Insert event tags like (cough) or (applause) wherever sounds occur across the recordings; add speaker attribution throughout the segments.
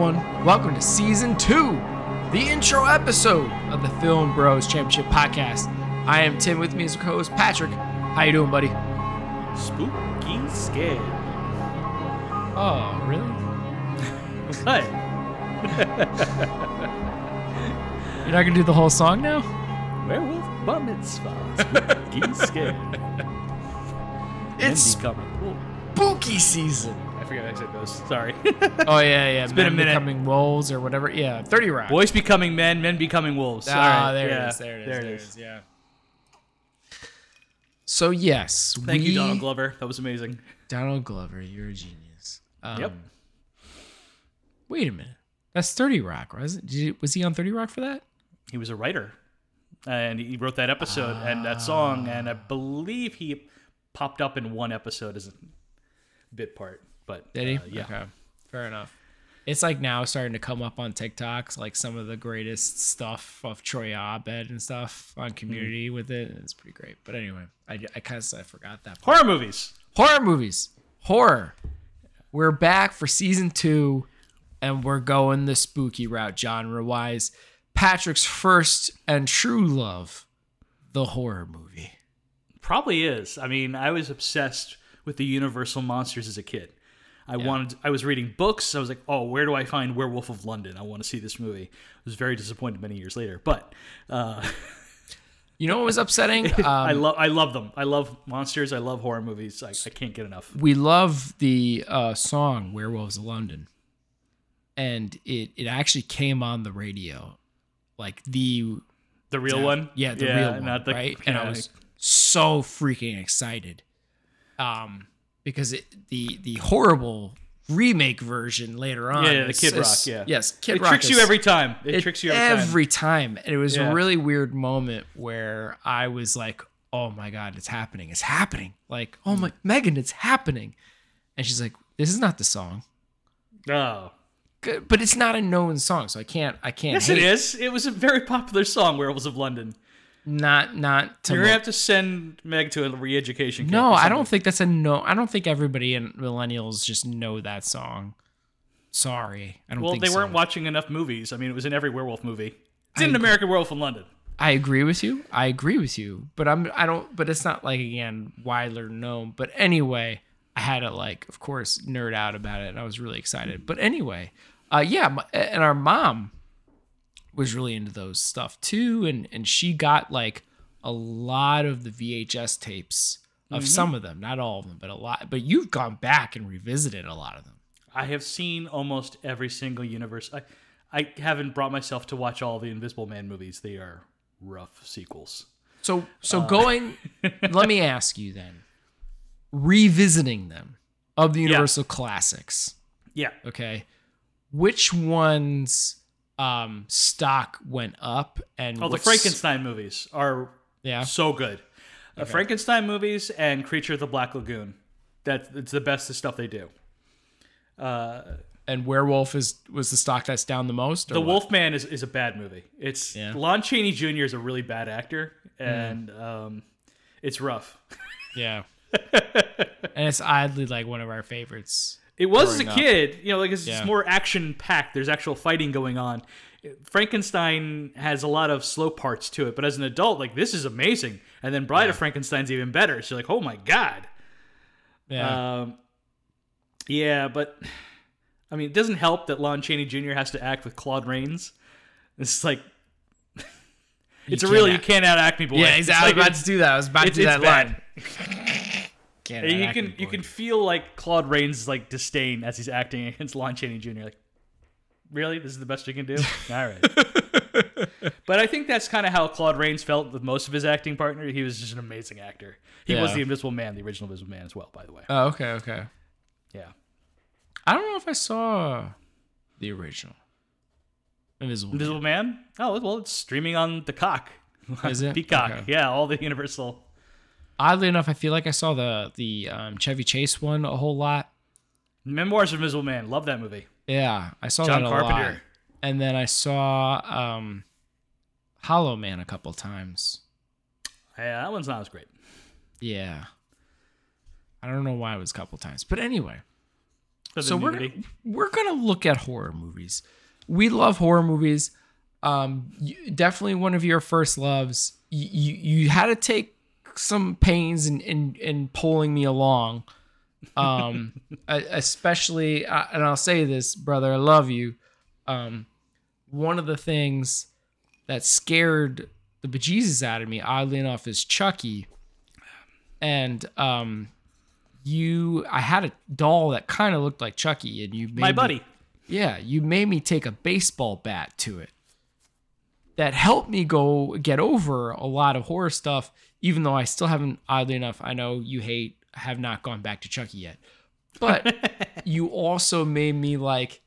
Speaker 1: welcome to season two, the intro episode of the Film Bros Championship Podcast. I am Tim. With me as co-host Patrick. How you doing, buddy?
Speaker 2: Spooky scared.
Speaker 1: (laughs) Oh, really?
Speaker 2: What?
Speaker 1: You're not gonna do the whole song now?
Speaker 2: Werewolf bar mitzvah.
Speaker 1: (laughs)
Speaker 2: Spooky scared.
Speaker 1: It's
Speaker 2: and becoming cool.
Speaker 1: spooky season. (laughs)
Speaker 2: I forgot I said those. Sorry.
Speaker 1: Oh yeah, yeah. It's
Speaker 2: been a minute.
Speaker 1: Becoming wolves or whatever. Yeah, Thirty Rock.
Speaker 2: Boys becoming men, men becoming wolves. All
Speaker 1: Ah,
Speaker 2: right,
Speaker 1: there
Speaker 2: yeah,
Speaker 1: it is. There it is. There, it is. Yeah. So yes,
Speaker 2: Thank
Speaker 1: we-
Speaker 2: you, Donald Glover. That was amazing.
Speaker 1: Donald Glover, you're a genius. Um,
Speaker 2: Yep.
Speaker 1: Wait a minute. That's Thirty Rock, right? Is it- Did you- was he on Thirty Rock for that?
Speaker 2: He was a writer, and he wrote that episode and that song, and
Speaker 1: Ah.
Speaker 2: I believe he popped up in one episode as a bit part. But
Speaker 1: Did he?
Speaker 2: uh, yeah.
Speaker 1: Okay. Fair enough. It's like now starting to come up on TikToks, like some of the greatest stuff of Troy Abed and stuff
Speaker 2: Hmm.
Speaker 1: on Community with it. It's pretty great. But anyway, I, I kind of I forgot that.
Speaker 2: Horror movies.
Speaker 1: horror movies horror we're back for season two and we're going the spooky route genre wise patrick's first and true love the horror movie
Speaker 2: Probably is. I mean, I was obsessed with the Universal monsters as a kid. I wanted. I was reading books. I was like, "Oh, where do I find Werewolf of London? I want to see this movie." I was very disappointed many years later, but uh, (laughs)
Speaker 1: you know what was upsetting
Speaker 2: I
Speaker 1: um,
Speaker 2: love. I love them. I love monsters. I love horror movies. I, I can't get enough.
Speaker 1: we love the uh, song werewolves of london and it, it actually came on the radio like the
Speaker 2: The real one.
Speaker 1: Yeah, the real one,
Speaker 2: Not the,
Speaker 1: right? And I
Speaker 2: yeah,
Speaker 1: was so freaking excited, um, because it, the the horrible remake version later on,
Speaker 2: Yeah, yeah, the
Speaker 1: is-
Speaker 2: Kid Rock.
Speaker 1: is-
Speaker 2: Yeah.
Speaker 1: yes, Kid
Speaker 2: It
Speaker 1: Rock
Speaker 2: tricks you
Speaker 1: is-
Speaker 2: every time. It,
Speaker 1: it-
Speaker 2: tricks you every, time.
Speaker 1: time. And it was
Speaker 2: Yeah.
Speaker 1: a really weird moment where I was like, oh my God, it's happening. It's happening. Like, oh
Speaker 2: Mm.
Speaker 1: my, Megan, it's happening. And she's like, this is not the song.
Speaker 2: Oh.
Speaker 1: Good, But it's not a known song, so I can't. I can't.
Speaker 2: Yes,
Speaker 1: hate.
Speaker 2: it is. It was a very popular song, Werewolves of London.
Speaker 1: Not, not to
Speaker 2: You're gonna have to send Meg to a re-education. camp
Speaker 1: No,
Speaker 2: or
Speaker 1: I
Speaker 2: something.
Speaker 1: don't think that's a no. I don't think everybody in millennials just know that song. Sorry, I don't.
Speaker 2: Well,
Speaker 1: think
Speaker 2: they
Speaker 1: so.
Speaker 2: weren't watching enough movies. I mean, it was in every werewolf movie. It's in an American Werewolf in London.
Speaker 1: I agree with you. I agree with you. But I'm. I don't. But it's not like again widely known. But anyway, I had to like, of course, nerd out about it, and I was really excited. But anyway, uh, yeah, my, and our mom was really into those stuff too, and and she got like a lot of the VHS tapes of some of them, not all of them, but a lot. But you've gone back and revisited a lot of them.
Speaker 2: I have seen almost every single universe. I, I haven't brought myself to watch all the Invisible Man movies. They are rough sequels.
Speaker 1: So
Speaker 2: Uh,
Speaker 1: so
Speaker 2: (laughs)
Speaker 1: going let me ask you then. Revisiting them of the Universal classics,
Speaker 2: Yeah.
Speaker 1: okay? Which ones um stock went up and
Speaker 2: Oh, the
Speaker 1: what's-
Speaker 2: Frankenstein movies are
Speaker 1: Yeah.
Speaker 2: so good. Uh, Frankenstein movies and Creature of the Black Lagoon. That it's the best of stuff they do.
Speaker 1: And Werewolf is was the stock that's down the most or
Speaker 2: The
Speaker 1: what?
Speaker 2: Wolfman is, is a bad movie. It's
Speaker 1: Yeah.
Speaker 2: Lon Chaney Jr. is a really bad actor, and um, it's rough. (laughs)
Speaker 1: Yeah. and it's oddly like one of our favorites.
Speaker 2: It was as a
Speaker 1: growing up.
Speaker 2: kid, you know, like it's,
Speaker 1: Yeah.
Speaker 2: it's more action packed. There's actual fighting going on. Frankenstein has a lot of slow parts to it, but as an adult, like this is amazing. And then Bride of Frankenstein's even better. So you're like, oh my god,
Speaker 1: Yeah.
Speaker 2: um, yeah. But I mean, it doesn't help that Lon Chaney Jr. has to act with Claude Raines. It's like, it's a
Speaker 1: can't
Speaker 2: real you
Speaker 1: act-
Speaker 2: can't out act me, boy.
Speaker 1: yeah,
Speaker 2: It's
Speaker 1: exactly.
Speaker 2: like
Speaker 1: about to do that. I was about to
Speaker 2: it's,
Speaker 1: do
Speaker 2: it's
Speaker 1: that
Speaker 2: bad.
Speaker 1: line. Can't
Speaker 2: And you
Speaker 1: act
Speaker 2: can
Speaker 1: anymore.
Speaker 2: you can feel like Claude Rains like disdain as he's acting against Lon Chaney Jr. Like, really, this is the best you
Speaker 1: (laughs)
Speaker 2: can do? All right. but I think that's kind of how Claude Rains felt with most of his acting partner. He was just an amazing actor. He was
Speaker 1: Yeah.
Speaker 2: the Invisible Man, the original Invisible Man as well, by the way.
Speaker 1: Oh, okay, okay.
Speaker 2: Yeah.
Speaker 1: I don't know if I saw the original. Invisible. Man.
Speaker 2: Invisible Man? Oh well, it's streaming on the cock. (laughs)
Speaker 1: Is it?
Speaker 2: Peacock.
Speaker 1: Okay.
Speaker 2: Yeah, all the universal.
Speaker 1: Oddly enough, I feel like I saw the the um, Chevy Chase one a whole lot.
Speaker 2: Memoirs of Invisible Man. Love that movie.
Speaker 1: Yeah, I saw
Speaker 2: John
Speaker 1: that a lot.
Speaker 2: Carpenter.
Speaker 1: And then I saw um, Hollow Man a couple times.
Speaker 2: Yeah, that one's not as great.
Speaker 1: Yeah, I don't know why it was a couple times, but anyway.
Speaker 2: For the
Speaker 1: So we're
Speaker 2: nudity.
Speaker 1: we're gonna look at horror movies. we love horror movies. Um, you, definitely one of your first loves. You, you you had to take some pains in in, in pulling me along.
Speaker 2: (laughs)
Speaker 1: Um, e- especially, uh, and I'll say this, brother, I love you. Um, one of the things that scared the bejesus out of me, oddly enough, is Chucky. And um, you, I had a doll that kind of looked like Chucky, and you made
Speaker 2: My
Speaker 1: me-
Speaker 2: buddy.
Speaker 1: yeah, you made me take a baseball bat to it. That helped me go get over a lot of horror stuff, even though I still haven't, oddly enough, I know you hate, have not gone back to Chucky yet. But you also made me like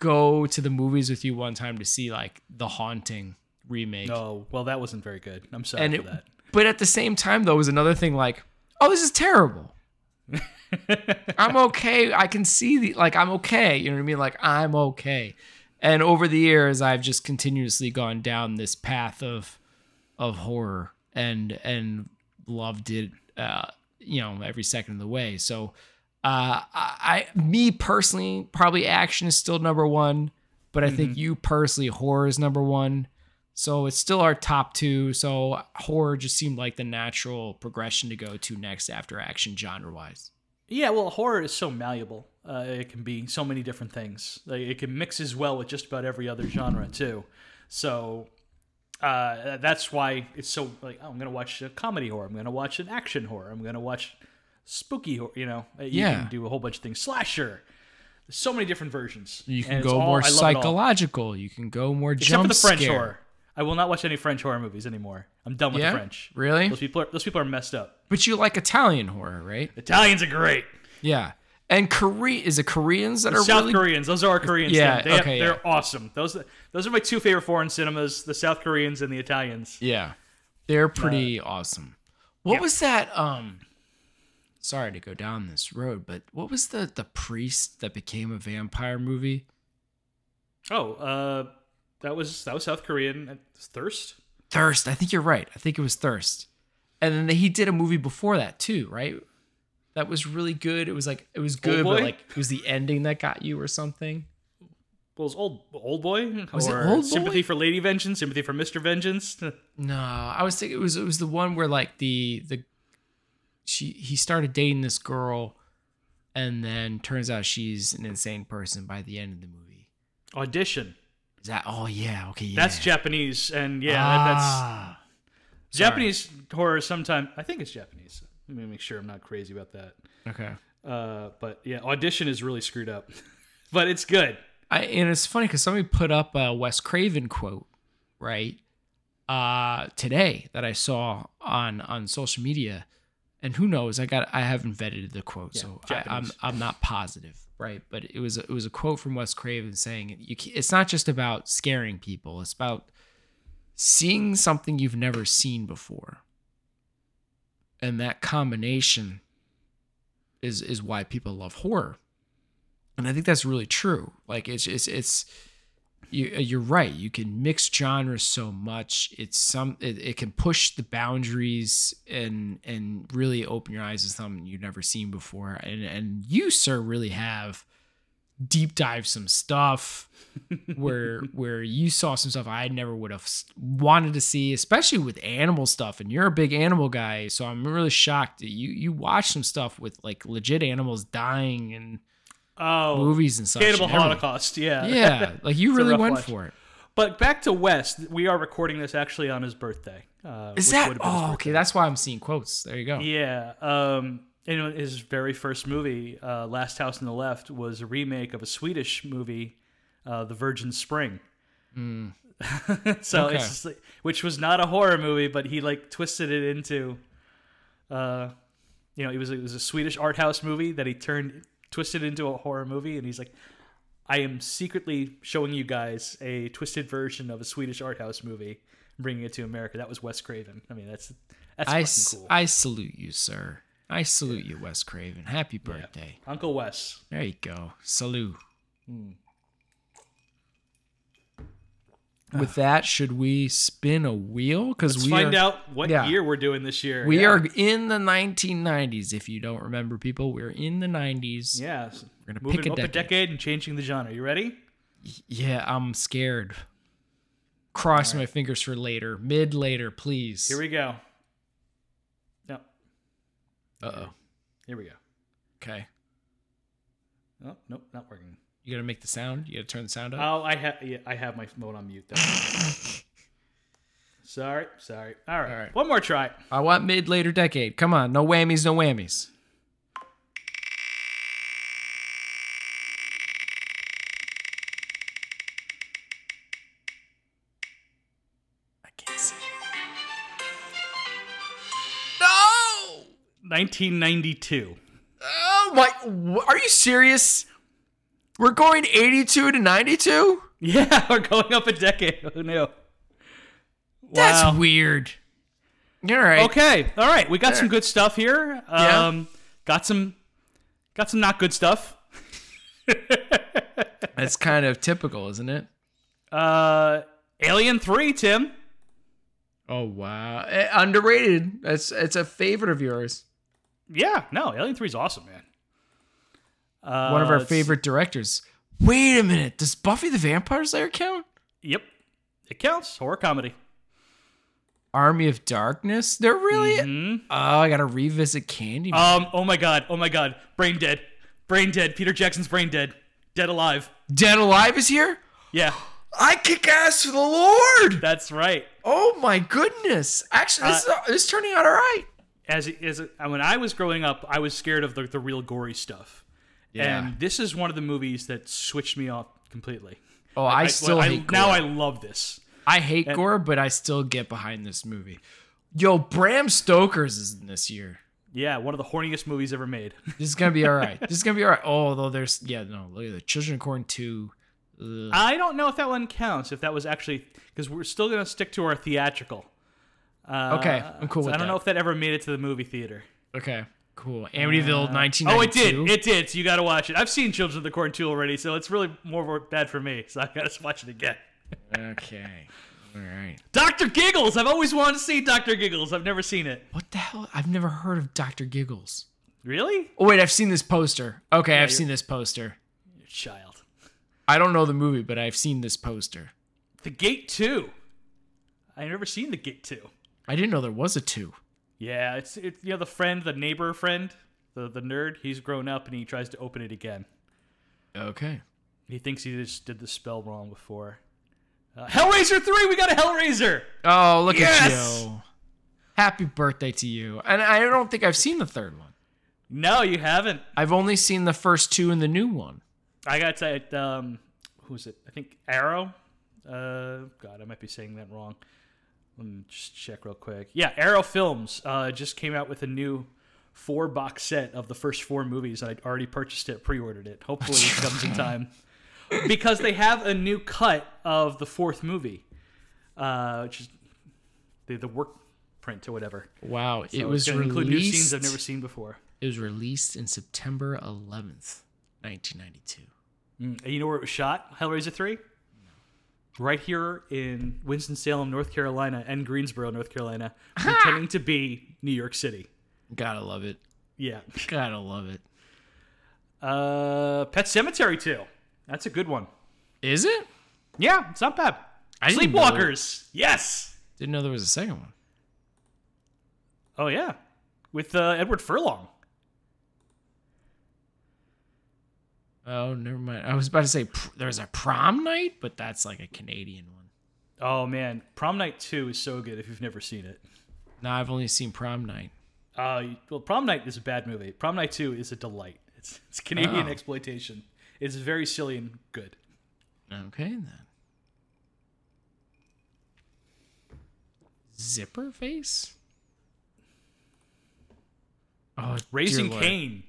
Speaker 1: go to the movies with you one time to see like the haunting remake.
Speaker 2: Oh, well, that wasn't very good. I'm sorry
Speaker 1: and
Speaker 2: for
Speaker 1: it,
Speaker 2: that.
Speaker 1: but at the same time though, it was another thing like, oh, this is terrible. I'm okay. I can see the like I'm okay. You know what I mean? Like I'm okay. And over the years, I've just continuously gone down this path of of horror and and loved it. Uh, you know, every second of the way. So, uh, I I- me personally, probably action is still number one, but I think you personally horror is number one. So it's still our top two. So horror just seemed like the natural progression to go to next after action genre wise.
Speaker 2: Yeah, well, horror is so malleable. Uh, it can be so many different things. Like, it can mix as well with just about every other genre too. So uh, that's why it's so like oh, I'm gonna watch a comedy horror. I'm gonna watch an action horror. I'm gonna watch spooky horror. You know, Uh, you
Speaker 1: Yeah.
Speaker 2: can do a whole bunch of things. Slasher. There's so many different versions.
Speaker 1: You can
Speaker 2: And it's
Speaker 1: go
Speaker 2: all-
Speaker 1: more
Speaker 2: I love it all.
Speaker 1: psychological. You can go more
Speaker 2: except
Speaker 1: jump
Speaker 2: for the French
Speaker 1: scare.
Speaker 2: horror. I will not watch any French horror movies anymore. I'm done with
Speaker 1: Yeah?
Speaker 2: the French.
Speaker 1: Really?
Speaker 2: Those people are those people are messed up.
Speaker 1: But you like Italian horror, right?
Speaker 2: Italians are great.
Speaker 1: Yeah. And Korea is it Koreans that are
Speaker 2: South
Speaker 1: really
Speaker 2: Koreans, those are our Koreans.
Speaker 1: Yeah,
Speaker 2: they,
Speaker 1: okay,
Speaker 2: they're awesome. Those those are my two favorite foreign cinemas: the South Koreans and the Italians.
Speaker 1: Yeah. They're pretty awesome. What was that um sorry to go down this road, but what was the the priest that became a vampire movie?
Speaker 2: Oh, uh, that was that was South Korean. It's Thirst.
Speaker 1: Thirst. I think you're right. I think it was Thirst. And then he did a movie before that too, right? That was really good. It was like it was good, but
Speaker 2: Boy?
Speaker 1: like it was the ending that got you or something.
Speaker 2: Well, it was old old boy.
Speaker 1: Was Oh, it
Speaker 2: or
Speaker 1: Old Boy?
Speaker 2: Sympathy for Lady Vengeance. Sympathy for Mister Vengeance. (laughs)
Speaker 1: No, I was thinking it was it was the one where like the the she he started dating this girl, and then turns out she's an insane person by the end of the movie.
Speaker 2: Audition.
Speaker 1: Is that? Oh yeah, okay, yeah.
Speaker 2: That's Japanese, and yeah, that, that's
Speaker 1: Ah,
Speaker 2: Japanese horror. Sometimes I think it's Japanese. Let me make sure I'm not crazy about that.
Speaker 1: okay.
Speaker 2: Uh, but yeah, audition is really screwed up, (laughs) but it's good.
Speaker 1: I, and it's funny because somebody put up a Wes Craven quote, right? Uh, today that I saw on on social media, and who knows? I got I haven't vetted the quote, so I, I'm
Speaker 2: Japanese.
Speaker 1: I'm not positive, right? But it was a, it was a quote from Wes Craven saying, "You ca- it's not just about scaring people; it's about seeing something you've never seen before, and that combination is is why people love horror." and I think that's really true. Like it's it's it's you, uh, you're right. You can mix genres so much. It's some it, it can push the boundaries and and really open your eyes to something you've never seen before. And and you sir really have deep dive some stuff where where you saw some stuff I never would have s- wanted to see, especially with animal stuff. And you're a big animal guy, so I'm really shocked that you you watched some stuff with like legit animals dying and
Speaker 2: Oh,
Speaker 1: movies and such.
Speaker 2: Cannibal
Speaker 1: and everything.
Speaker 2: Holocaust, yeah.
Speaker 1: (laughs) Yeah, like you really
Speaker 2: rough
Speaker 1: went
Speaker 2: watch.
Speaker 1: for it.
Speaker 2: But back to West, we are recording this actually on his birthday. Uh,
Speaker 1: Is
Speaker 2: which
Speaker 1: that?
Speaker 2: would've been his
Speaker 1: Oh, okay. That's why I'm seeing quotes. There you go.
Speaker 2: birthday. Yeah. Um, and his very first movie, uh, Last House on the Left, was a remake of a Swedish movie, uh, The Virgin Spring. (laughs) so
Speaker 1: Hmm. Okay.
Speaker 2: it's just like, which was not a horror movie, but he like twisted it into, uh, you know, it was it was a Swedish art house movie that he turned twisted into a horror movie, and he's like, I am secretly showing you guys a twisted version of a Swedish art house movie, bringing it to America. That was Wes Craven. I mean, that's that's
Speaker 1: I,
Speaker 2: fucking
Speaker 1: s-
Speaker 2: cool.
Speaker 1: I salute you, sir. I salute you, Wes Craven. Happy birthday.
Speaker 2: Uncle Wes.
Speaker 1: There you go. Salute.
Speaker 2: Hmm.
Speaker 1: With that, should we spin a wheel? Because
Speaker 2: Let's
Speaker 1: we
Speaker 2: find
Speaker 1: are,
Speaker 2: out what
Speaker 1: yeah.
Speaker 2: year we're doing this year.
Speaker 1: we
Speaker 2: Yeah.
Speaker 1: are in the 1990s. If you don't remember, people, we're in the 90s.
Speaker 2: yeah.
Speaker 1: We're gonna
Speaker 2: moving
Speaker 1: pick a
Speaker 2: up a
Speaker 1: decade.
Speaker 2: decade and changing the genre. You ready?
Speaker 1: yeah, I'm scared. Cross my fingers for later, mid later, please.
Speaker 2: Here we go. No,
Speaker 1: Uh oh.
Speaker 2: here we go.
Speaker 1: Okay.
Speaker 2: Oh, nope, not working.
Speaker 1: You gotta make the sound. You gotta turn the sound up.
Speaker 2: Oh, I have yeah, I have my phone
Speaker 1: (laughs)
Speaker 2: on mute. That's- sorry, sorry. All right.
Speaker 1: All right.
Speaker 2: one more try.
Speaker 1: I want mid later decade. Come on, no whammies, no whammies. I can't see. No!
Speaker 2: 1992.
Speaker 1: Oh my! wh- Are you serious? We're going 82 to 92?
Speaker 2: Yeah, (laughs) we're going up a decade. Who knew?
Speaker 1: That's
Speaker 2: Wow.
Speaker 1: weird. All right.
Speaker 2: Okay. All right. We got some good stuff here.
Speaker 1: Yeah.
Speaker 2: Um, Got some, got some not good stuff. (laughs)
Speaker 1: That's kind of typical, isn't it?
Speaker 2: Uh, Alien Three, Tim.
Speaker 1: Oh wow, Eh, underrated. That's it's a favorite of yours.
Speaker 2: Yeah. No, Alien Three is awesome, man. Uh,
Speaker 1: One of our
Speaker 2: let's-
Speaker 1: favorite directors. Wait a minute. Does Buffy the Vampire Slayer count?
Speaker 2: Yep. It counts. Horror comedy.
Speaker 1: Army of Darkness. They're really.
Speaker 2: Mhm.
Speaker 1: Oh, I gotta revisit Candyman.
Speaker 2: Um. Oh my god. Oh my god. Brain dead. Brain dead. Peter Jackson's brain dead. Dead alive.
Speaker 1: Dead Alive is here.
Speaker 2: Yeah.
Speaker 1: I kick ass for the Lord.
Speaker 2: That's right.
Speaker 1: Oh my goodness. Actually, this, is, this is turning out all right.
Speaker 2: as as when I was growing up, I was scared of the, the real gory stuff,
Speaker 1: Yeah.
Speaker 2: and this is one of the movies that switched me off completely.
Speaker 1: Oh, I, still hate gore.
Speaker 2: now I love this.
Speaker 1: I hate gore, but I still get behind this movie. Yo, Bram Stoker's is in this year.
Speaker 2: Yeah, one of the horniest movies ever made.
Speaker 1: This is gonna be all right. This is gonna be all right. Oh, although there's yeah, no, look at the Children of Corn two. Ugh.
Speaker 2: I don't know if that one counts. If that was actually because we're still gonna stick to our theatrical. Uh,
Speaker 1: Okay, I'm cool
Speaker 2: so
Speaker 1: with
Speaker 2: I don't
Speaker 1: that.
Speaker 2: know if that ever made it to the movie theater.
Speaker 1: Okay, cool. Amityville nineteen.
Speaker 2: Oh, it did. It did. So you got to watch it. I've seen Children of the Corn 2 already, so it's really more work- bad for me. So (laughs) I got to watch it again.
Speaker 1: okay, all right.
Speaker 2: Dr. Giggles. I've always wanted to see Dr. Giggles. I've never seen it.
Speaker 1: What the hell? I've never heard of Doctor Giggles.
Speaker 2: Really?
Speaker 1: Oh wait, I've seen this poster. Okay, I've seen this poster.
Speaker 2: child.
Speaker 1: I don't know the movie, but I've seen this poster.
Speaker 2: The Gate 2. I've never seen The Gate 2.
Speaker 1: I didn't know there was a two.
Speaker 2: Yeah, it's it's you know the friend, the neighbor friend, the the nerd, he's grown up and he tries to open it again.
Speaker 1: Okay.
Speaker 2: He thinks he just did the spell wrong before. Uh, Hellraiser 3, we got a Hellraiser.
Speaker 1: Oh, look
Speaker 2: Yes!
Speaker 1: at you! Happy birthday to you. And I don't think I've seen the third one.
Speaker 2: No, you haven't.
Speaker 1: I've only seen the first two and the new one.
Speaker 2: I got to say um who's it? I think Arrow. Uh god, I might be saying that wrong. Let me just check real quick. Yeah, Arrow Films uh just came out with a new four box set of the first four movies and I'd already purchased it, pre-ordered it. Hopefully it comes in time. Because they have a new cut of the fourth movie. Uh which is the the work print or whatever.
Speaker 1: Wow, it
Speaker 2: So
Speaker 1: was
Speaker 2: Oh, it's gonna
Speaker 1: released.
Speaker 2: include new scenes I've never seen before.
Speaker 1: It was released in September 11th, 1992.
Speaker 2: Mm, And you know where it was shot? Hellraiser 3? Right here in Winston-Salem, North Carolina, and Greensboro,
Speaker 1: (laughs)
Speaker 2: North Carolina, pretending to be New York City.
Speaker 1: Gotta love it.
Speaker 2: Yeah.
Speaker 1: Gotta love it.
Speaker 2: Uh, Pet Cemetery 2. That's a good one.
Speaker 1: Is it?
Speaker 2: Yeah, it's not bad.
Speaker 1: I didn't know there-
Speaker 2: Sleepwalkers. Yes.
Speaker 1: Didn't know there was a second one.
Speaker 2: Oh, yeah. With uh, Edward Furlong.
Speaker 1: Oh, never mind. I was about to say pr- there's a prom night, but that's like a Canadian one.
Speaker 2: Oh, man. Prom Night 2 is so good if you've never seen it.
Speaker 1: No, I've only seen prom night.
Speaker 2: Uh, well, Prom Night is a bad movie. Prom Night 2 is a delight. It's, it's Canadian
Speaker 1: Oh.
Speaker 2: exploitation. It's very silly and good.
Speaker 1: Okay, then. Zipper face? Oh, dear
Speaker 2: Raising
Speaker 1: Lord.
Speaker 2: Cain.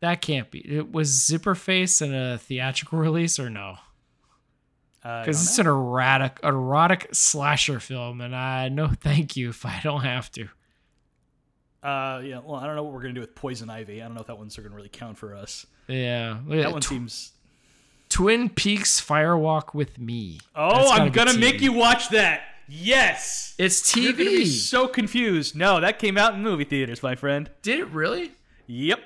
Speaker 1: That can't be. It was Zipper Face in a theatrical release or no?
Speaker 2: Uh,
Speaker 1: Because it's an erotic, erotic slasher film, and I no (laughs) thank you if I don't have to.
Speaker 2: Uh, yeah. Well, I don't know what we're gonna do with Poison Ivy. I don't know if that one's gonna really count for us.
Speaker 1: Yeah, look at
Speaker 2: That
Speaker 1: that
Speaker 2: one
Speaker 1: Tw-
Speaker 2: seems.
Speaker 1: Twin Peaks Firewalk with me. That's
Speaker 2: Oh,
Speaker 1: gotta
Speaker 2: I'm
Speaker 1: be
Speaker 2: gonna
Speaker 1: TV.
Speaker 2: make you watch that. Yes.
Speaker 1: It's
Speaker 2: You're gonna be
Speaker 1: TV.
Speaker 2: so confused. No, that came out in movie theaters, my friend.
Speaker 1: Did it really?
Speaker 2: Yep.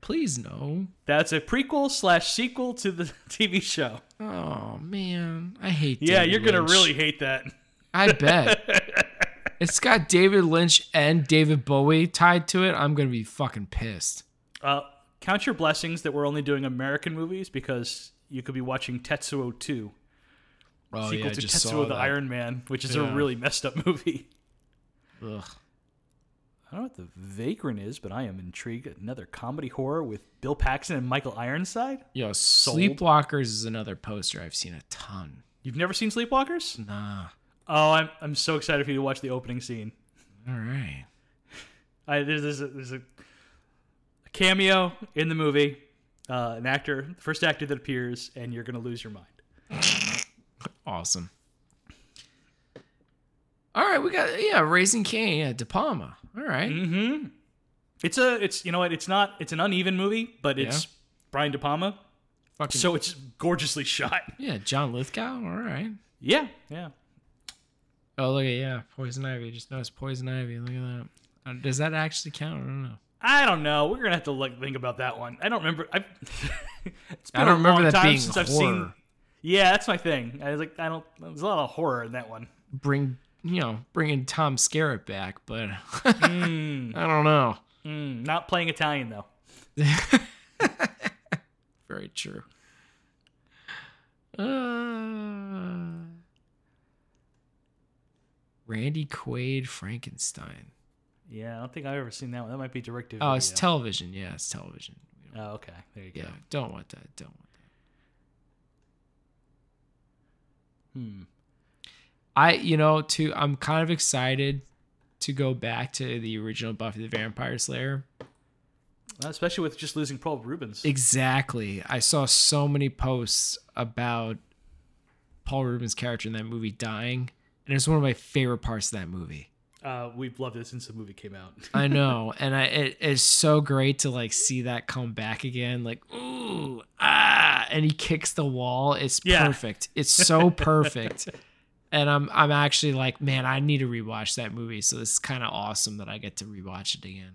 Speaker 1: Please no.
Speaker 2: That's a prequel slash sequel to the (laughs) TV show.
Speaker 1: Oh man, I hate.
Speaker 2: Yeah,
Speaker 1: David
Speaker 2: you're gonna
Speaker 1: Lynch.
Speaker 2: really hate that.
Speaker 1: I bet.
Speaker 2: (laughs)
Speaker 1: it's got David Lynch and David Bowie tied to it. I'm gonna be fucking pissed.
Speaker 2: Uh, count your blessings that we're only doing American movies because you could be watching Tetsuo 2,
Speaker 1: Oh
Speaker 2: sequel
Speaker 1: yeah, I
Speaker 2: to
Speaker 1: just saw
Speaker 2: Tetsuo the
Speaker 1: that.
Speaker 2: Iron Man, which is
Speaker 1: Yeah.
Speaker 2: a really messed up movie. (laughs)
Speaker 1: Ugh.
Speaker 2: I don't know what the Vagrant is, but I am intrigued. Another comedy horror with Bill Paxton and Michael Ironside.
Speaker 1: Yo, Sleepwalkers is another poster I've seen a ton.
Speaker 2: You've never seen Sleepwalkers?
Speaker 1: Nah.
Speaker 2: Oh, I'm, I'm so excited for you to watch the opening scene.
Speaker 1: All right.
Speaker 2: I, there's, there's, a, there's a cameo in the movie, uh, an actor, the first actor that appears, and you're going to lose your mind.
Speaker 1: Awesome. All right, we got yeah, Raising Cain, yeah, De Palma. All right.
Speaker 2: Mm-hmm. It's a it's you know what it's not it's an uneven movie, but it's
Speaker 1: Yeah.
Speaker 2: Brian De Palma,
Speaker 1: Fucking
Speaker 2: so it's gorgeously (laughs) shot.
Speaker 1: yeah, John Lithgow. All right.
Speaker 2: Yeah, yeah.
Speaker 1: Oh look at yeah, Poison Ivy. Just noticed Poison Ivy. Look at that. Uh, Does that actually count? I don't know.
Speaker 2: I don't know. We're gonna have to like think about that one. I don't remember. I've, (laughs) it's been
Speaker 1: I don't
Speaker 2: a
Speaker 1: remember
Speaker 2: long
Speaker 1: that
Speaker 2: time
Speaker 1: being
Speaker 2: since
Speaker 1: horror.
Speaker 2: I've seen. Yeah, that's my thing. I was like, I don't. There's a lot of horror in that
Speaker 1: (laughs)
Speaker 2: one.
Speaker 1: Bring you know, bringing Tom Skerritt back, but (laughs) I don't (laughs) know.
Speaker 2: Mm, Hmm, not playing Italian though.
Speaker 1: Very true. Uh, Randy Quaid Frankenstein.
Speaker 2: Yeah, I don't think I've ever seen that one. That might be directed.
Speaker 1: Oh, it's television. Yeah, it's television. We don't-
Speaker 2: Oh, okay. There you go.
Speaker 1: Yeah, don't want that. Don't want that.
Speaker 2: Hmm.
Speaker 1: I, you know, too, I'm kind of excited to go back to the original Buffy the Vampire Slayer.
Speaker 2: Well, especially with just losing Paul Rubens.
Speaker 1: Exactly. I saw so many posts about Paul Rubin's character in that movie dying, and it's one of my favorite parts of that movie.
Speaker 2: Uh, we've loved it since the movie came out. (laughs)
Speaker 1: I know, and I it, it's so great to like see that come back again. Like, ooh, ah, and he kicks the wall. It's
Speaker 2: Yeah.
Speaker 1: perfect. It's so perfect.
Speaker 2: (laughs)
Speaker 1: and I'm I'm actually like, man, I need to rewatch that movie. So this is kind of awesome that I get to rewatch it again.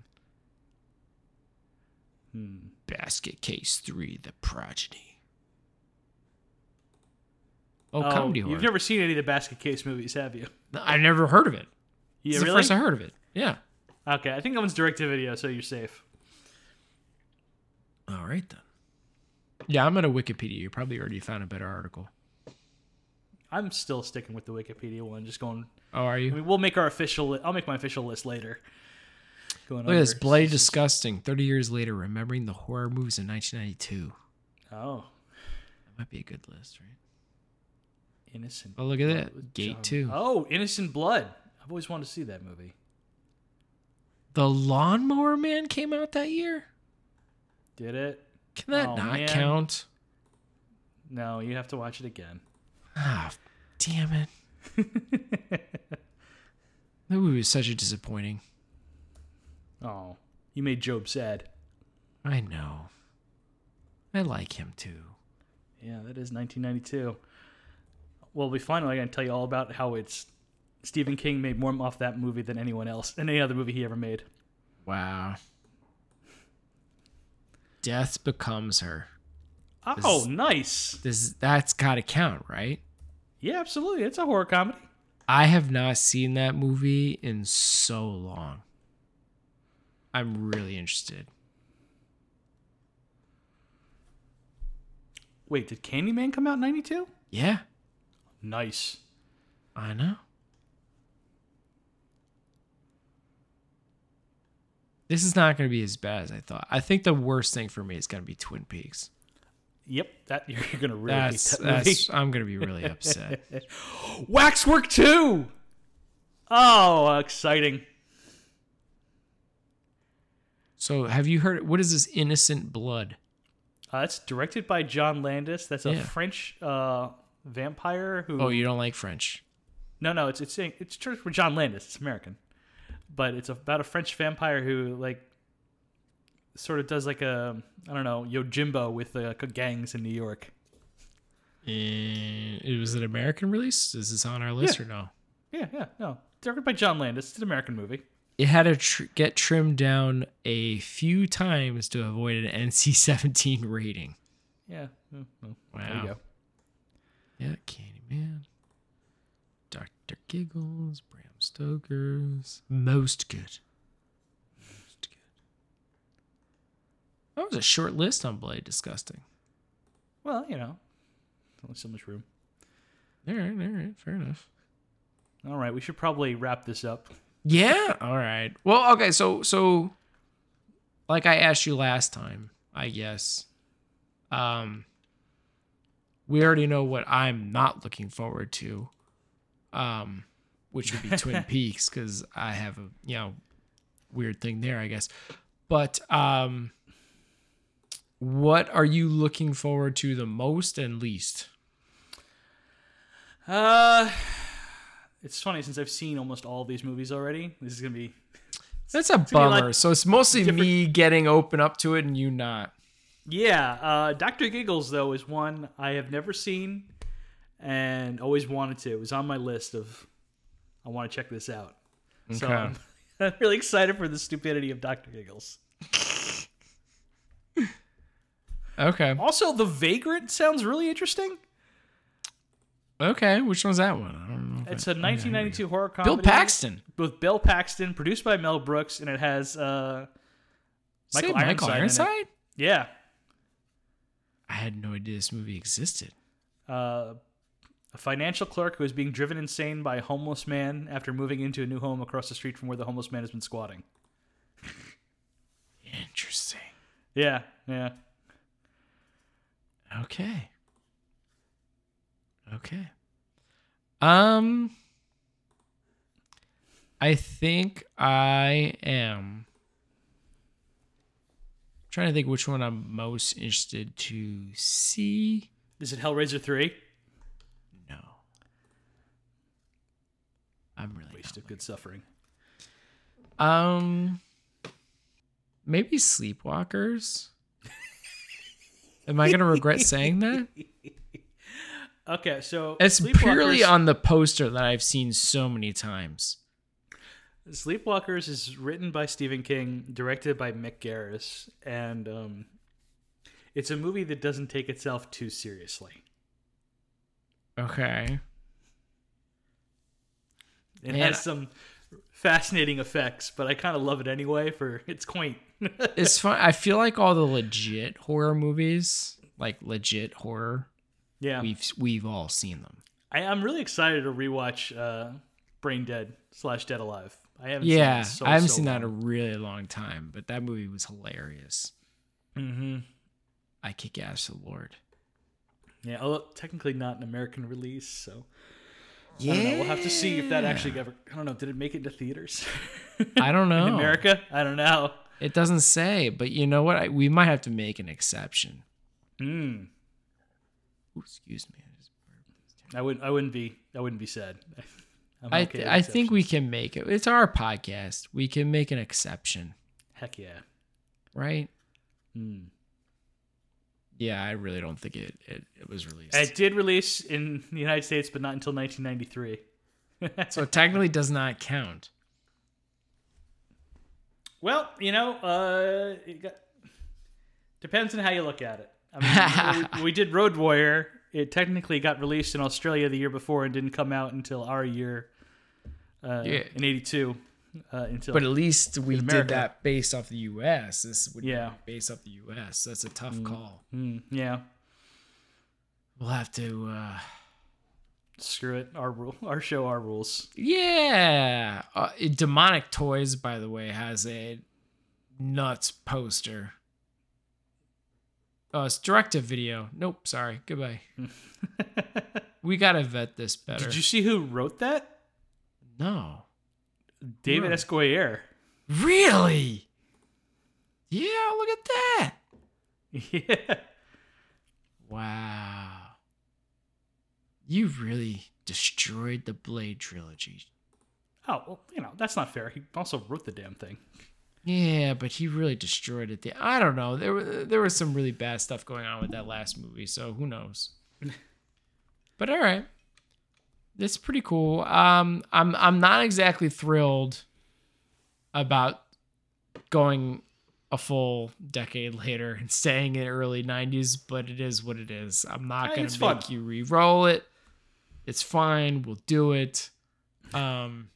Speaker 2: Hmm.
Speaker 1: Basket Case Three: The Progeny. Oh,
Speaker 2: Oh,
Speaker 1: comedy horror.
Speaker 2: You've never seen any of the Basket Case movies, have you?
Speaker 1: I've never heard of it.
Speaker 2: Yeah,
Speaker 1: it's the
Speaker 2: really?
Speaker 1: first I heard of it. Yeah.
Speaker 2: Okay, I think that one's direct to video, so you're safe.
Speaker 1: All right then. Yeah, I'm on a Wikipedia. You probably already found a better article.
Speaker 2: I'm still sticking with the Wikipedia one, just going.
Speaker 1: Oh, are you?
Speaker 2: I mean, we'll make our official. Li- I'll make my official list later. Going
Speaker 1: Look at this,
Speaker 2: over-
Speaker 1: bloody disgusting. Thirty years later, remembering the horror movies in 1992.
Speaker 2: Oh,
Speaker 1: That might be a good list, right?
Speaker 2: innocent.
Speaker 1: Oh, look at
Speaker 2: Blood
Speaker 1: that,
Speaker 2: with
Speaker 1: Gate
Speaker 2: John-
Speaker 1: Two.
Speaker 2: Oh, innocent blood. I've always wanted to see that movie.
Speaker 1: The Lawnmower Man came out that year.
Speaker 2: Did it?
Speaker 1: Can that
Speaker 2: Oh,
Speaker 1: not
Speaker 2: man.
Speaker 1: count?
Speaker 2: No, you have to watch it again. (laughs)
Speaker 1: Ah, damn it. That movie was such a disappointing.
Speaker 2: oh, you made Job sad.
Speaker 1: I know. I like him too.
Speaker 2: Yeah, that is 1992. Well, we finally going to tell you all about how it's Stephen King made more off that movie than anyone else, than any other movie he ever made.
Speaker 1: Wow. Death becomes her.
Speaker 2: Oh, nice.
Speaker 1: This that's got to count, right?
Speaker 2: Yeah, absolutely. It's a horror comedy.
Speaker 1: I have not seen that movie in so long. I'm really interested.
Speaker 2: Wait, did Candyman come out in 92?
Speaker 1: Yeah,
Speaker 2: Nice.
Speaker 1: I know. This is not going to be as bad as I thought. I think the worst thing for me is going to be Twin Peaks.
Speaker 2: Yep, that (laughs) you're going to really hate
Speaker 1: That's,
Speaker 2: that
Speaker 1: that's I'm going to be really upset.
Speaker 2: (laughs) movie. Waxwork 2! Oh, exciting.
Speaker 1: So, have you heard what is this innocent blood?
Speaker 2: Uh, it's directed by John Landis. That's a
Speaker 1: Yeah.
Speaker 2: French uh, vampire who
Speaker 1: Oh, you don't like French.
Speaker 2: No, no, it's it's it's church for John Landis. It's American, but it's about a French vampire who like sort of does like a I don't know Yojimbo with uh, gangs in New York.
Speaker 1: Eh, It was an American release? Is this on our list
Speaker 2: Yeah.
Speaker 1: or no?
Speaker 2: Yeah, yeah, no, directed by John Landis. It's an American movie.
Speaker 1: It had to tr- get trimmed down a few times to avoid an (laughs) NC-17 rating.
Speaker 2: Yeah. Well, well, There
Speaker 1: Wow.
Speaker 2: you go.
Speaker 1: Yeah, Candyman, Doctor Giggles, Bram Stoker's, most good. Most good. That was a short list on Blade. Disgusting.
Speaker 2: Well, you know, only so much room.
Speaker 1: All right, all right, fair enough.
Speaker 2: All right, we should probably wrap this up.
Speaker 1: Yeah. All right. Well, okay. So, so, like I asked you last time, I guess, um, we already know what I'm not looking forward to, um, which would
Speaker 2: (laughs)
Speaker 1: be Twin Peaks because I have a you know weird thing there, I guess. But um, what are you looking forward to the most and least?
Speaker 2: Uh, it's funny since I've seen almost all these movies already. This is gonna be
Speaker 1: That's a
Speaker 2: gonna be like
Speaker 1: bummer. so it's mostly
Speaker 2: different-
Speaker 1: me getting open up to it and you not.
Speaker 2: yeah. Uh, Doctor Giggles though is one I have never seen and always wanted to. It was on my list of I want to check this out. So
Speaker 1: Okay.
Speaker 2: I'm, (laughs) I'm really excited for the stupidity of Doctor Giggles.
Speaker 1: Okay.
Speaker 2: Also, The Vagrant sounds really interesting.
Speaker 1: Okay, which one's that one? I don't know. if
Speaker 2: It's
Speaker 1: I-
Speaker 2: a
Speaker 1: okay,
Speaker 2: 1992 horror comedy.
Speaker 1: Bill Paxton.
Speaker 2: with Bill Paxton, produced by Mel Brooks, and it has uh, Michael
Speaker 1: Say
Speaker 2: Ironside in it.
Speaker 1: Ironside?
Speaker 2: yeah,
Speaker 1: I had no idea this movie existed.
Speaker 2: uh, a financial clerk who is being driven insane by a homeless man after moving into a new home across the street from where the homeless man has been squatting.
Speaker 1: Interesting.
Speaker 2: Yeah, yeah.
Speaker 1: Okay. Okay. Um I think I am trying to think which one I'm most interested to see.
Speaker 2: Is it Hellraiser three?
Speaker 1: No. I'm really
Speaker 2: Waste of good suffering.
Speaker 1: Um, maybe Sleepwalkers. Am I gonna regret saying
Speaker 2: (laughs)
Speaker 1: that?
Speaker 2: Okay, so
Speaker 1: It's purely
Speaker 2: Sleepwalkers-
Speaker 1: on the poster that I've seen so many times.
Speaker 2: Sleepwalkers is written by Stephen King, directed by Mick Garris, and um, it's a movie that doesn't take itself too seriously.
Speaker 1: Okay.
Speaker 2: It
Speaker 1: Man, I-
Speaker 2: has some fascinating effects, but I kind of love it anyway for it's quaint. (laughs)
Speaker 1: It's fun. I feel like all the legit horror movies, like legit horror,
Speaker 2: yeah,
Speaker 1: we've we've all seen them.
Speaker 2: I, I'm really excited to rewatch uh, Brain Dead slash Dead Alive. I haven't
Speaker 1: yeah,
Speaker 2: seen it so,
Speaker 1: I haven't
Speaker 2: so
Speaker 1: seen that
Speaker 2: long.
Speaker 1: in a really long time, but that movie was hilarious.
Speaker 2: hmm
Speaker 1: I kick ass to the Lord.
Speaker 2: Yeah, although technically not an American release, so I don't know. We'll have to see if that actually ever. I don't know. Did it make it to theaters (laughs)
Speaker 1: I don't know.
Speaker 2: in America? I don't know.
Speaker 1: It doesn't say, but you know what? I, we might have to make an exception.
Speaker 2: Mm,
Speaker 1: Ooh, excuse me. I, just burped.
Speaker 2: I would. I wouldn't be. I wouldn't be sad. (laughs) I'm
Speaker 1: I,
Speaker 2: okay
Speaker 1: th-
Speaker 2: with
Speaker 1: I think we
Speaker 2: exceptions.
Speaker 1: can make it. It's our podcast. We can make an exception,
Speaker 2: Heck yeah.
Speaker 1: right?
Speaker 2: Mm.
Speaker 1: Yeah, I really don't think it it, it was released.
Speaker 2: It did release in the United States, but not until 1993.
Speaker 1: (laughs) so it technically does not count.
Speaker 2: Well, you know, uh, it got, depends on how you look at it. I mean, we, we did Road Warrior. It technically got released in Australia the year before and didn't come out until our year uh,
Speaker 1: Yeah.
Speaker 2: in '82. Uh, until
Speaker 1: But at least we did
Speaker 2: America.
Speaker 1: that based off the U.S. This would yeah.
Speaker 2: Yeah.
Speaker 1: be based off the U.S. That's a tough call.
Speaker 2: Mm, yeah,
Speaker 1: We'll have to. Uh,
Speaker 2: screw it. Our rule, (laughs) our show, our rules.
Speaker 1: yeah, uh, demonic toys. By the way, has a nuts poster. Oh, it's direct to video. Nope, sorry.
Speaker 2: (laughs)
Speaker 1: Goodbye. we gotta vet this better.
Speaker 2: Did you see who wrote that?
Speaker 1: No.
Speaker 2: David
Speaker 1: No.
Speaker 2: Esquire.
Speaker 1: Really? Yeah, look at that.
Speaker 2: (laughs) yeah.
Speaker 1: Wow. You really destroyed the Blade trilogy.
Speaker 2: Oh, well, you know that's not fair. He also wrote the damn thing.
Speaker 1: Yeah, but he really destroyed it. The- I don't know. There were there was some really bad stuff going on with that last movie, so who
Speaker 2: (laughs)
Speaker 1: knows. but all right. That's pretty cool. Um I'm I'm not exactly thrilled about going a full decade later and (laughs) staying in early 90s, but it is what it is. I'm not
Speaker 2: Hey,
Speaker 1: going
Speaker 2: it's
Speaker 1: to
Speaker 2: fun.
Speaker 1: make you re-roll it. It's fine. We'll do it. Um,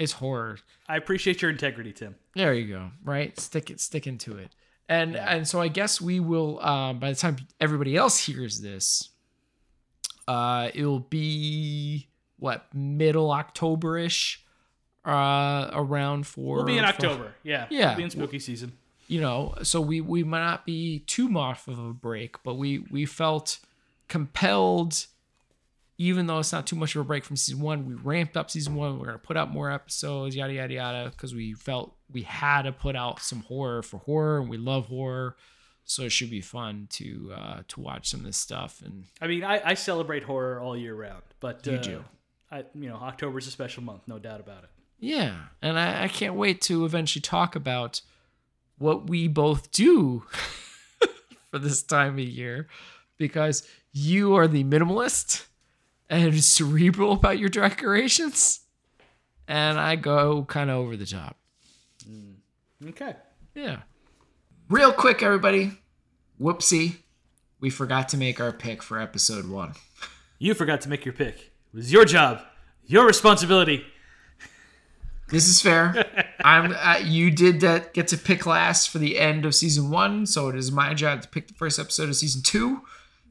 Speaker 1: it's horror.
Speaker 2: I appreciate your integrity, Tim.
Speaker 1: There you go. Right. Stick it. Sticking to it. And
Speaker 2: Yeah.
Speaker 1: and so I guess we will. Um, by the time everybody else hears this, uh, it'll be what middle October ish, uh, around for.
Speaker 2: We'll be in
Speaker 1: for-
Speaker 2: October. Oh, Yeah.
Speaker 1: Yeah.
Speaker 2: We'll be in spooky season.
Speaker 1: you know, so we we might not be too much of a break, but we we felt compelled, even though it's not too much of a break from season one. We ramped up season one. We're gonna put out more episodes, yada yada yada, because we felt we had to put out some horror for horror, and we love horror, so it should be fun to uh, to watch some of this stuff. And
Speaker 2: I mean, I, I celebrate horror all year round, but
Speaker 1: You
Speaker 2: uh,
Speaker 1: do.
Speaker 2: I, you know, October's a special month, no doubt about it.
Speaker 1: yeah, and I, I can't wait to eventually talk about what we both do (laughs) for this time of year because you are the minimalist and cerebral about your decorations and I go kind of over the top.
Speaker 2: Okay.
Speaker 1: Yeah. Real quick everybody. Whoopsie. We forgot to make our pick for episode 1.
Speaker 2: You forgot to make your pick. It was your job, your responsibility.
Speaker 1: This is fair. I'm uh, you did that get to pick last for the end of season 1, so it is my job to pick the first episode of season 2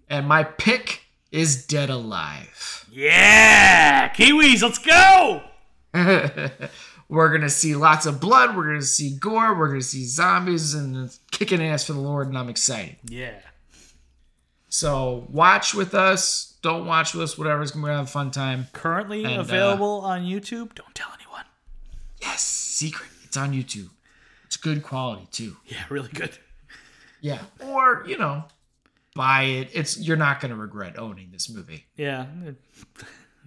Speaker 1: and my pick is Dead Alive. (laughs)
Speaker 2: Yeah, Kiwis, let's go.
Speaker 1: we're gonna see lots of blood. We're gonna see gore. We're gonna see zombies and it's kicking ass for the Lord, and I'm excited.
Speaker 2: Yeah.
Speaker 1: So watch with us. Don't watch with us. Whatever's gonna have a fun time.
Speaker 2: Currently
Speaker 1: And, uh,
Speaker 2: available on YouTube. Don't tell anyone.
Speaker 1: Yes, secret. It's on YouTube. It's good quality too.
Speaker 2: Yeah, (laughs) really good.
Speaker 1: Yeah, or you know, buy it. It's you're not gonna regret owning this movie. (laughs)
Speaker 2: Yeah,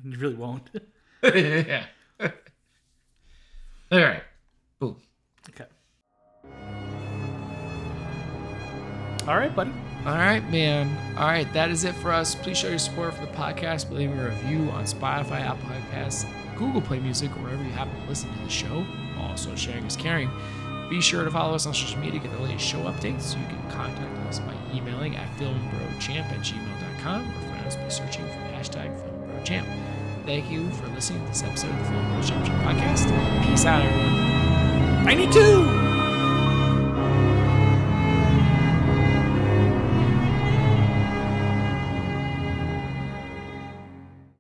Speaker 2: you (laughs) really won't. (laughs)
Speaker 1: yeah. (laughs) All right. Boom.
Speaker 2: Okay. All right, buddy.
Speaker 1: All right, man. All right, that is it for us. Please show your support for the podcast by leaving a review on Spotify, Apple Podcasts, Google Play Music, or wherever you happen to listen to the show. Also, sharing is caring. Be sure to follow us on social media to get the latest show updates. You can contact us by emailing at filmbrochamp at gmail.com or find us by searching for hashtag filmbrochamp. Thank you for listening to this episode of the Film Bro Champ Podcast. Peace out, everyone.
Speaker 2: I need to.